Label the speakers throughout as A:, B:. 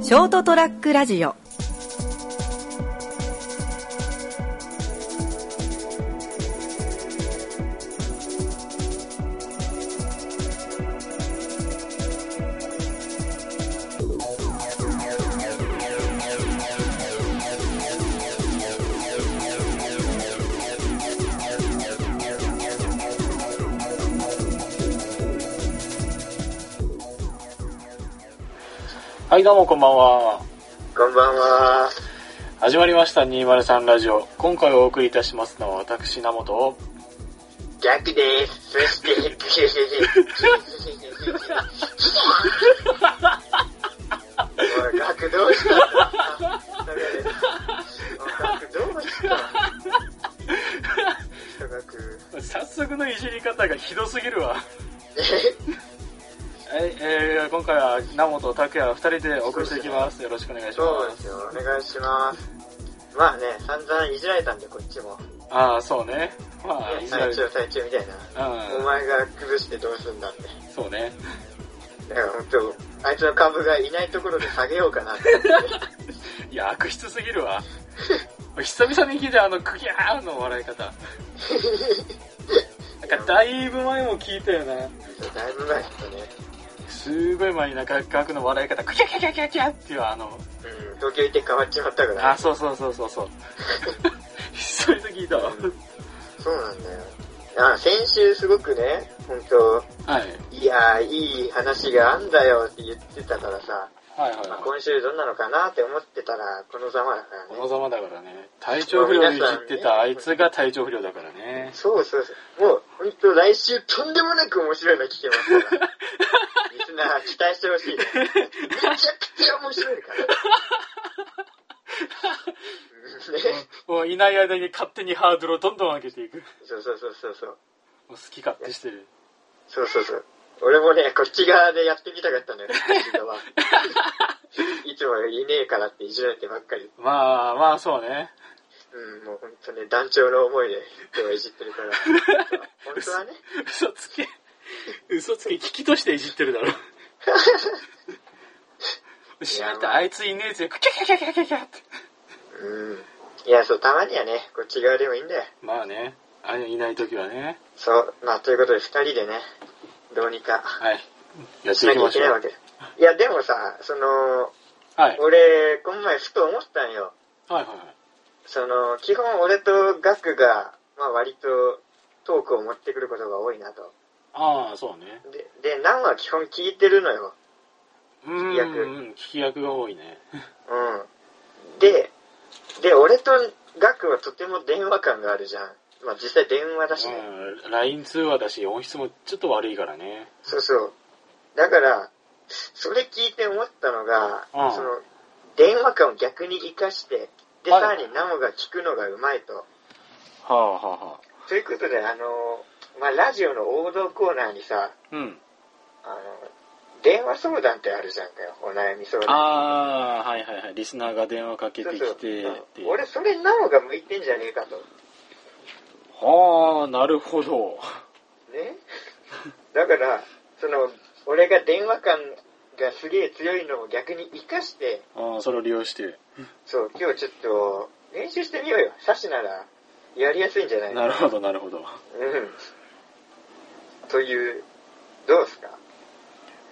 A: ショートトラックラジオ
B: はい、どうもこんばんは。
C: こんばんは。
B: 始まりました203ラジオ。今回お送りいたしますのは私、名本を。
C: ジャックです。そして、おい、ガクどうしたのガクどうしたガク。
B: 早速のいじり方がひどすぎるわ。
C: え
B: はい、えー、今回は名本、拓也2人でお送りしていきます。よろしくお願いし
C: そう
B: ま
C: です
B: す。
C: よ。お願いします。まあね、散々いじられたんで、こっちも。
B: ああ、そうね。まあ、いじられ
C: 最中最中みたいな。お
B: う
C: 前が崩してどうすんだって。
B: ん、そうね。
C: だから本当、あいつの株がいないところで下げようかなって。
B: いや、悪質すぎるわ。久々に聞いたあの、クギャーの笑い方。なんか、だいぶ前も聞いたよな。
C: だいぶ前だったね。
B: すごい前になんか、額の笑い方、クギャキャキャキャキャっていうあの、
C: うん、東京行って変わっちまったから
B: あ、。そうそうそうそうそう。 久々聞いたわ。
C: そうなんだよ。あ、先週すごくね、本当
B: はい。
C: いやー、いい話があんだよって言ってたからさ、
B: はいはい
C: まあ、
B: はい。
C: 今週どんなのかなって思ってたら、このざまだか
B: こ
C: ら
B: の
C: ね。
B: ざまだからね。体調不良をいじってたあいつが体調不良だからね。
C: そうそうそう。もう、本当来週とんでもなく面白いの聞けますから。リスナー、期待してほしいね。めちゃくちゃ面白いから。ね、
B: もういない間に勝手にハードルをどんどん上げていく。も
C: そうそうそうそうそう。
B: う好き勝手してる。
C: そうそうそう。俺もね、こっち側でやってみたかっ たんだよ、こっち側。いつもいねえからっていじられてばっかり。
B: まあまあそうね。
C: うん、もう本当ね、団長の思いで、今日はいじってるから。本当はね、
B: 嘘つけ。嘘つけ。聞きとしていじってるだろ。しまった、あいついねえぜ。キャキャキャキャキャキャって。
C: うん。いや、そう、たまにはね、こっち側でもいいんだよ。
B: まあね。あいない時はね。
C: そう、まあ、ということで、二人でね、どうにか、
B: はい。やって
C: し
B: い
C: な
B: き
C: きゃ
B: ま
C: い
B: し
C: けない
B: ょ
C: わ
B: う。
C: け。いや、でもさ、その、
B: はい。
C: 俺、この前ふと思ったんよ。
B: はいはいはい。
C: その、基本俺とガクが、まあ、割と、トークを持ってくることが多いなと。
B: ああ、そうね。
C: で、で、ナンは基本聞いてるのよ。
B: うん
C: 聞き役
B: うん、聞き役が多いね。
C: うん。で、で、俺とガクはとても電話感があるじゃん。まあ実際電話だしね。
B: うん、LINE 通話だし、音質もちょっと悪いからね。
C: そうそう。だから、それ聞いて思ったのが、
B: うん
C: その、電話感を逆に活かして、で、
B: はい
C: さらにナモが聞くのがうまいと。
B: はあはあはあ。
C: ということで、あの、まあラジオの王道コーナーにさ、
B: うん。
C: あの、電話相談ってあるじゃんかよ。お悩み相談。
B: ああ、はいはいはい。リスナーが電話かけ
C: そ
B: て
C: う
B: き
C: そう
B: てって
C: う
B: い
C: ん
B: う。
C: 俺、それナモが向いてんじゃねえかと。
B: はあ、なるほ ど。
C: ねだからその俺が電話感がすげえ強いのを逆に生かして
B: ああ、それを利用して。
C: そう今日ちょっと練習してみようよサシならやりやすいんじゃない
B: なるほど、なるほど。
C: うんというどうすか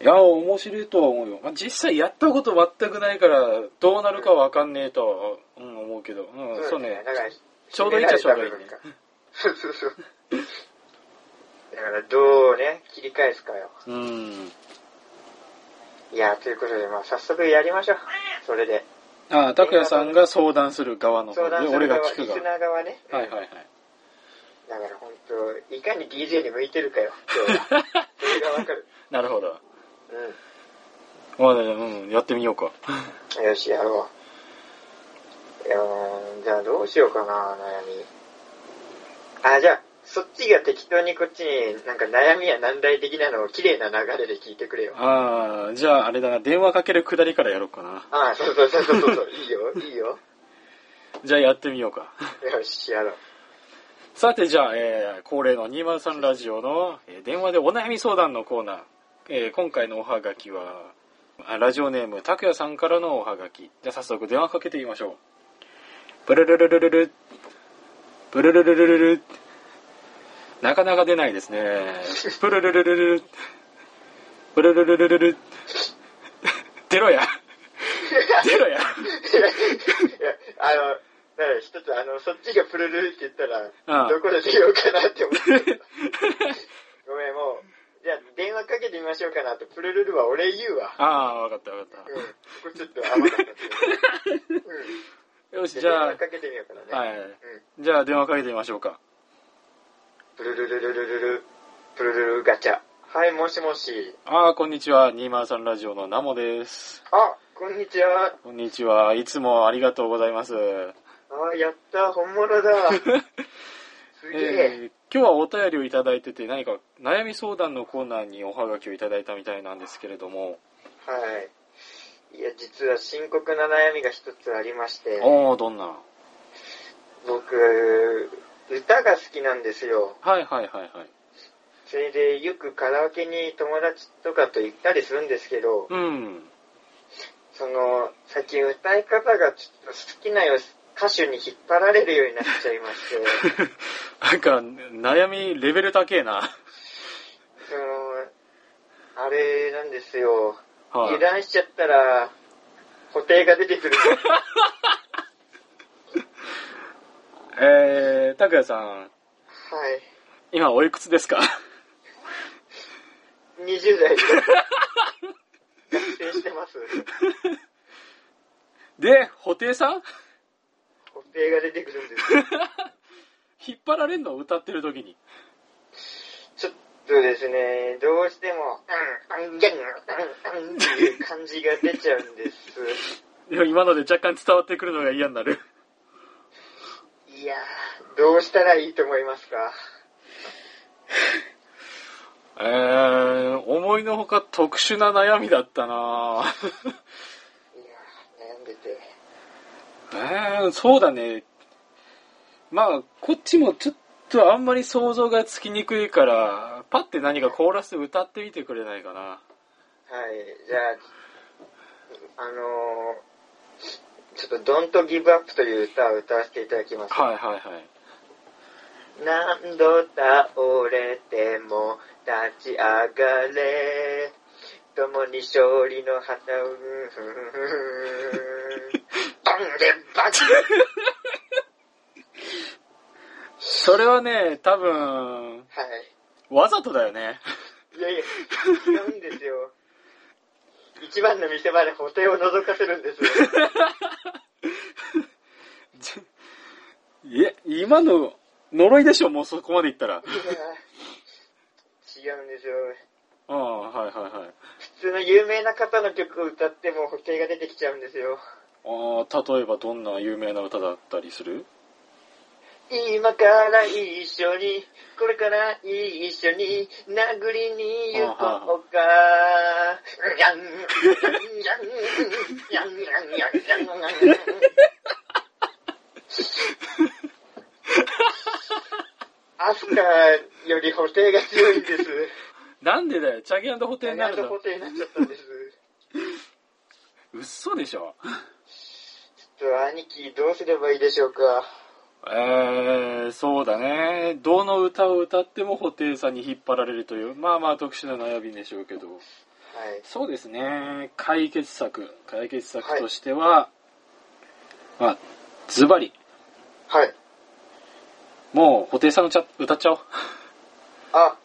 B: いや、面白いとは思うよ。まあ実際やったこと全くないから、どうなるかわかんねえとは、うん、思うけど。うん、そうね。
C: だから
B: ちょうどいいっちゃちょうどいいね
C: 決められた部分かそうそうそう だからどうね切り返すかよ
B: うん。
C: いやということでまあ早速やりましょうそれで
B: ああ、拓也さんが相談する側の方で、
C: 相談す
B: 俺
C: る
B: が
C: 側
B: 聞
C: リ
B: く側。
C: スナー側ね
B: はいはいはい。
C: だから本当いかに DJ に向いてるかよ今日はそれがわかる
B: なるほど。
C: う
B: まあね、うん、やってみようか。
C: んよしやろういやーじゃあどうしようかな悩みあじゃあそっちが適当にこっちになんか悩みや難題的なのを綺麗な流れで聞いてくれよ
B: ああ、じゃああれだな、電話かけるくだりからやろうかな。
C: ああそうそうそうそうそういいよいいよ
B: じゃあやってみようか。
C: よしやろう
B: さてじゃあ、えー恒例の203ラジオの、えー電話でお悩み相談のコーナー。えー今回のおはがきは、あラジオネーム、拓也さんからのおはがき。じゃあ早速電話かけてみましょう。ブルルルルルル。ブルルルルルル。なかなか出ないですね。ブルルルルルル。ブルルルルルル。出ろや。出ろや。
C: いや、あの、だから一つ、あの、そっちがプルルルって言ったら、
B: うん
C: どこで出ようかなって思ってた。ごめん、もう、じゃあ電話かけてみましょうかなって、プルルルは俺言うわ。
B: ああ、わかったわか
C: うん
B: っ。
C: これちょっと甘かったけど。うん。
B: た。よし、じ
C: 電
B: ゃ
C: 話
B: あ、
C: かけてみようかなね。
B: はい
C: うん。
B: じゃあ電話かけてみましょうか。
C: プルルルルルルル、プルルルガチャ。はい、もしもし。
B: ああ、こんにちは。203ラジオのナモです。
C: あ、こんにちは。
B: こんにちは。いつもありがとうございます。
C: あやった、本 物だ。すげえ。
B: えー今日はお便りをいただいてて何か悩み相談のコーナーにおはがきをいただいたみたいなんですけれども、
C: はい。いや、実は深刻な悩みが一つありまして、
B: おおどんな
C: 僕、歌が好きなんですよ。
B: はいはいはいはい
C: それで、よくカラオケに友達とかと行ったりするんですけど、
B: うん
C: その、最近歌い方がちょっと好きな歌手に引っ張られるようになっちゃいまして、
B: なんか悩みレベル高えな
C: その、あれなんですよ。
B: はい
C: 油断しちゃったら、補定が出 てくる。
B: えー、拓也さん
C: はい。
B: 今おいくつです か
C: 20代で。 学生してます。
B: で布袋さん
C: 補定が出てくるんです よ。
B: 引っ張られんの歌ってる時に
C: ちょっとですね、どうしても、うん、うん、うん、うん、うんっていう感じが出ちゃうんです。
B: いや今ので若干伝わってくるのが嫌になる
C: いやー、どうしたらいいと思いますか
B: えー、思いのほか特殊な悩みだったな
C: いやー、悩んでて。
B: えー、そうだね。まあ、こっちもちょっとあんまり想像がつきにくいから、パッて何かコーラス歌ってみてくれないかな。
C: はい、じゃあ、あのー、ちょっと Don't Give Up という歌を歌わせていただきます。
B: はいはいはい。
C: 何度倒れても立ち上がれ共に勝利の旗をうんふんふんバンでバチ
B: それはね、多分、
C: は
B: わざとだよね。
C: いいやいや違うんですよ一番の見せ場で補填を覗かせるんですよ
B: いや、今の呪いでしょ、もうそこまでいったら。
C: いや違うんですよ
B: うん、はいはいはい。
C: 普通の有名な方の曲を歌っても補填が出てきちゃうんですよ
B: ああ、例えばどんな有名な歌だったりする
C: 今から一緒に、これから一緒に、殴りに行こうか。やん、やん、やん、やん、やん、やん、やん、やん。アスカより補定が強いんです。
B: なんでだよ、チャギホテルにな
C: 何
B: るの
C: 度補。定になっちゃったんです。
B: 嘘でしょ。
C: ちょっと兄貴どうすればいいでしょうか。
B: えー、そうだね。どの歌を歌っても布袋さんに引っ張られるという、まあまあ特殊な悩みでしょうけど。
C: はい。
B: そうですね。解決策。解決策としては、まあ、ズバリ。
C: はい。
B: もう、布袋さんのちゃ歌っちゃおう。
C: あ、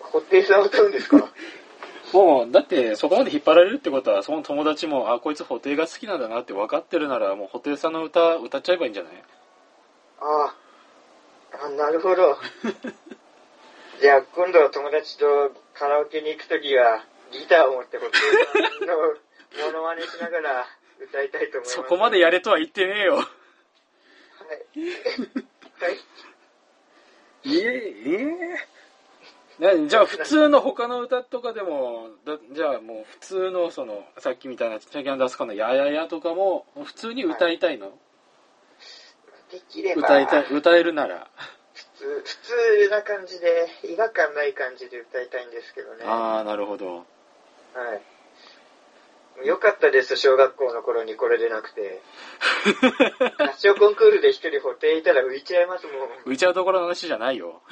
C: 補定さん歌うんですか
B: もう、だって、そこまで引っ張られるってことは、その友達も、あ、こいつ布袋が好きなんだなって分かってるなら、もう布袋さんの歌、歌っちゃえばいいんじゃない
C: ああ、あなるほど。 じゃあ、今度は友達とカラオケに行くときは、ギターを持ってこっちのモノマネしながら歌いたいと思います。
B: そこまでやれとは言ってねえよ。
C: はい。はい。
B: いえ、えじゃあ普通の他の歌とかでも、だじゃあもう普通のその、さっきみたいなチャキャンダスカのやややとかも、普通に歌いたいの、
C: できれば、
B: 歌いたい、
C: 普
B: 歌えるなら。
C: 通、普通な感じで、違和感ない感じで歌いたいんですけどね。は
B: ああ、なるほど。
C: い。よかったです、小学校の頃にこれでな くて。合唱コンクールで一人補填いたら浮いちゃいますもん。
B: 浮いちゃうところの話じゃないよ。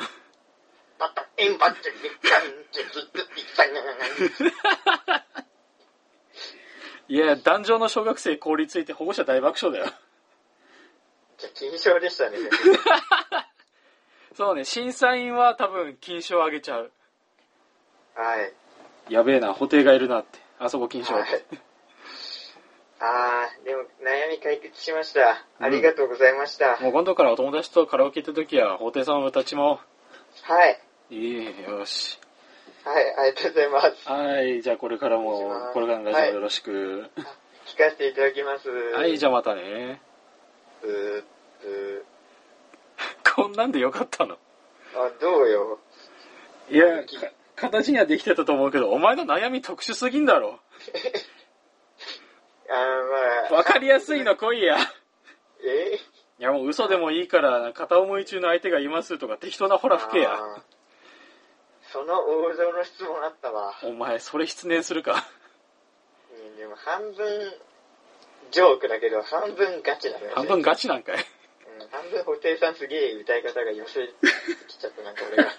C: パタエンパッチェリッカンチェズッズッサンナナナ
B: いや、壇上の小学生凍りついて保護者大爆笑だよ。
C: じゃあ金賞でしたね。
B: そうね、審査員は多分金賞あげちゃう。
C: はい。
B: やべえな、補定がいるなって。あそこ金賞。
C: はいあー、でも悩み解決しました。ありがとうございました。
B: もう今度からお友達とカラオケ行った時は、法廷さんを立ちまお
C: は
B: う。
C: い。
B: いいよし。
C: はい、ありがとうございます。
B: はい、じゃあこれから
C: お願いしま
B: も、
C: す
B: これからのラジオよろしく。
C: 聞かせていただきます。
B: はい、じ
C: ゃ
B: ゃあまたね。
C: ブーブ
B: こんなんでよかったの
C: ーあ、どうよ。
B: いや、か形にはできてたと思うけど、お前の悩み特殊すぎんだろ。
C: あー、まあ。
B: わかりやすい の来いや。
C: え
B: いやもう嘘でもいいから、片思い中の相手がいますとか適当なほら吹けや。
C: あーその王道の質問あったわ。
B: お前、それ失念するか。
C: うんでも半分、ジョークだけど、半分ガチだよね。
B: 半分ガチなんかい。
C: うん、半分布袋さんすげえ歌い方が寄せてきちゃったなんか俺が。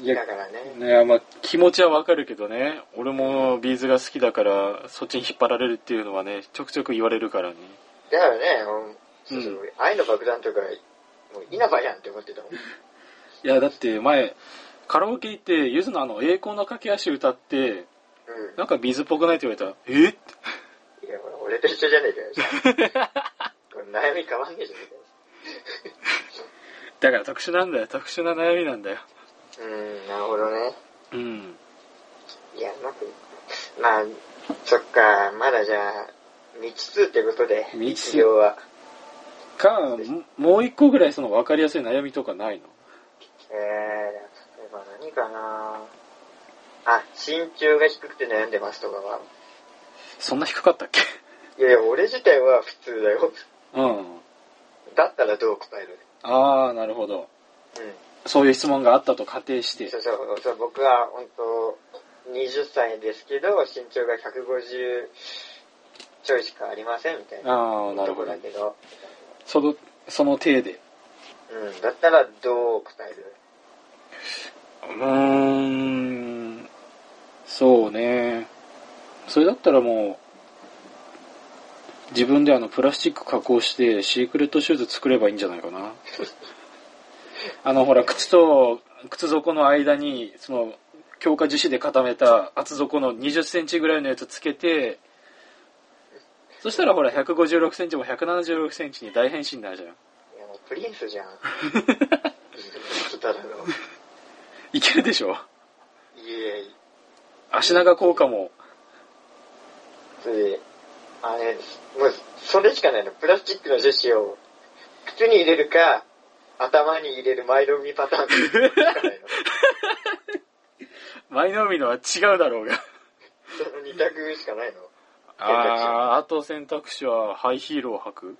B: い
C: だからね。
B: ねまあ、気持ちはわかるけどね、俺もビーズが好きだから、そっちに引っ張られるっていうのはね、ちょくちょく言われるからね。
C: だからね、もうそうそう、愛の爆弾とか、もう稲葉やんって思ってたもん。
B: いや、だって前、カラオケ行って、ゆずのあの、栄光の架け足歌って、
C: うん。
B: なんかビーズっぽくないって言われたら、えって
C: いや、ほら俺と一緒じゃねえかよじゃ あ。これ悩み変わんねえじゃね
B: だから特殊なんだよ、特殊な悩みなんだよ。
C: えかよ。うん、なるほどね。
B: うん。
C: いや、うまく、まあ、そっか、まだじゃあ、未知数ってことで、
B: 未知数
C: 一応は。
B: か、ももう一個ぐらいその分かりやすい悩みとかないの
C: えー、例えば何かなあ、身長が低くて悩んでますとかは。
B: そんな低かったっけ
C: いやいや、俺自体は普通だよ。
B: うん。
C: だったらどう答える
B: あー、なるほど。
C: う
B: そういう質問があったと仮定し
C: ん。
B: て
C: そ。うそう、そう僕は本当20歳ですけど、身長が150ちょいしかありませんみたいな。
B: あー、なるほど
C: だ。けど、
B: その、その体で。
C: うん、だったらどう答える
B: うーん、そうね。それだったらもう、自分であのプラスチック加工してシークレットシューズ作ればいいんじゃないかな。 あのほら、靴と靴底の間に、その、強化樹脂で固めた厚底の20センチぐらいのやつつけて、そしたらほら、156センチも176センチに大変身になるじゃん。
C: いや、もうプリ ンスじゃん。ただの。
B: いけるでしょ
C: いえいえ。
B: 足長効果も。
C: それで、あれ、もう、それしかないの。プラスチックの樹脂を、靴に入れるか、頭に入れる前のみパターンしかないの。
B: 前の海のは違うだろうが。
C: その二択しかないの。
B: あーあと選択肢はハイヒールを履く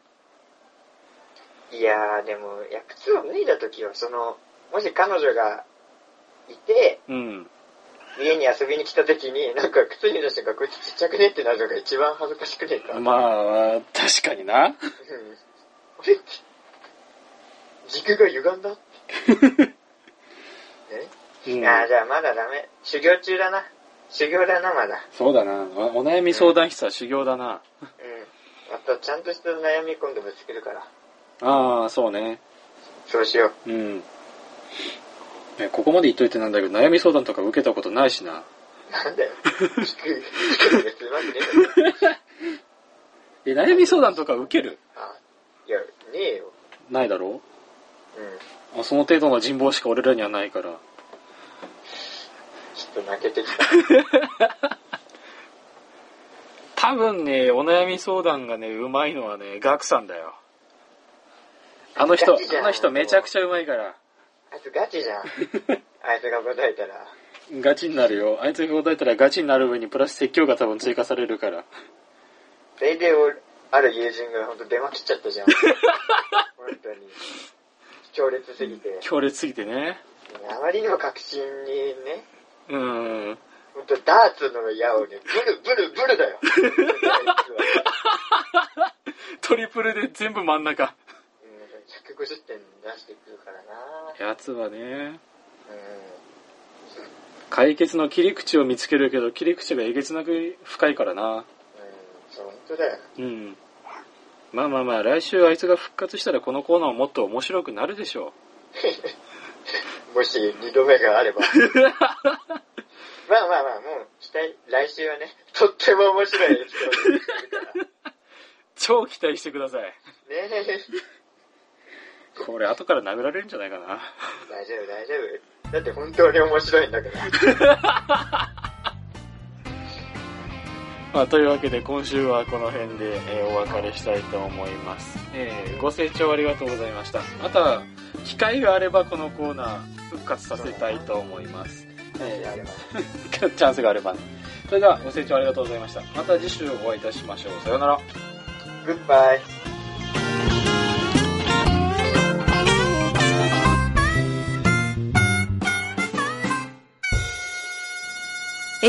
C: いやー、でも、いや、靴を脱いだ時は、その、もし彼女がいて、
B: うん
C: 家に遊びに来た時に、なんか靴に出したから、こいつちっちゃくねってなるのが一番恥ずかしくねえか。
B: まあ確かにな
C: うん 俺って軸が歪んだえ
B: うん
C: ああ、じゃあまだダメ。修行中だな。修行だな、まだ。
B: そうだなおお悩み相談室は修行だな
C: うん。あと、ちゃんとした悩み今度ぶつけるから。
B: ああそうね
C: そうしよ
B: うんねここまで言っといてなんだけど悩み相談とか受けたことないしな
C: う。なんだよ。聞く、聞くの別にうまくねえだろ
B: え悩み相談とか受ける
C: あいや、ねえよ。
B: ないだろ
C: うん。
B: あその程度の人望しか俺らにはないから
C: ちょっと泣けてきた。
B: 多分ねお悩み相談がねうまいのはねガクさんだよあの人
C: ガチじゃ
B: あ
C: ん
B: の人めちゃくちゃうまいから
C: あいつガチじゃん。あいつが答えたら。
B: ガチになるよ。あいつが答えたらガチになる上にプラス説教が多分追加されるから。
C: それで、俺ある友人がほんと出まきっちゃったじゃん。本当に。強烈すぎて。
B: 強烈すぎてね。
C: あまりにも確信にね、
B: うーん。
C: ほんと、ダーツの矢をね、ブルブルブルだよ。
B: トリプルで全部真ん中。
C: うん150点出してくるからな
B: やつはね、
C: う
B: 解決の切り口を見つけるけど、切り口がえげつなく深いからな。
C: ん。うん、そう、ほんとだよ。
B: うん。まあまあまあ、来週あいつが復活したらこのコーナーもっと面白くなるでしょ
C: もし、二度目があれば。まあまあまあ、もう、期待、来週はね、とっても面白いエピソードにするから。ね
B: う。超期待してください。
C: え。
B: これ後から殴られるんじゃないかな。
C: 大丈夫大丈夫だって本当に面白いんだから
B: まあ、というわけで今週はこの辺で、えーお別れしたいと思います、えーご清聴ありがとうございましたまた機会があればこのコーナー復活させたいと思います、 えー チャンスがあればねそれではご清聴ありがとうございましたまた次週お会いいたしましょうさようなら
C: グッバイ
A: ー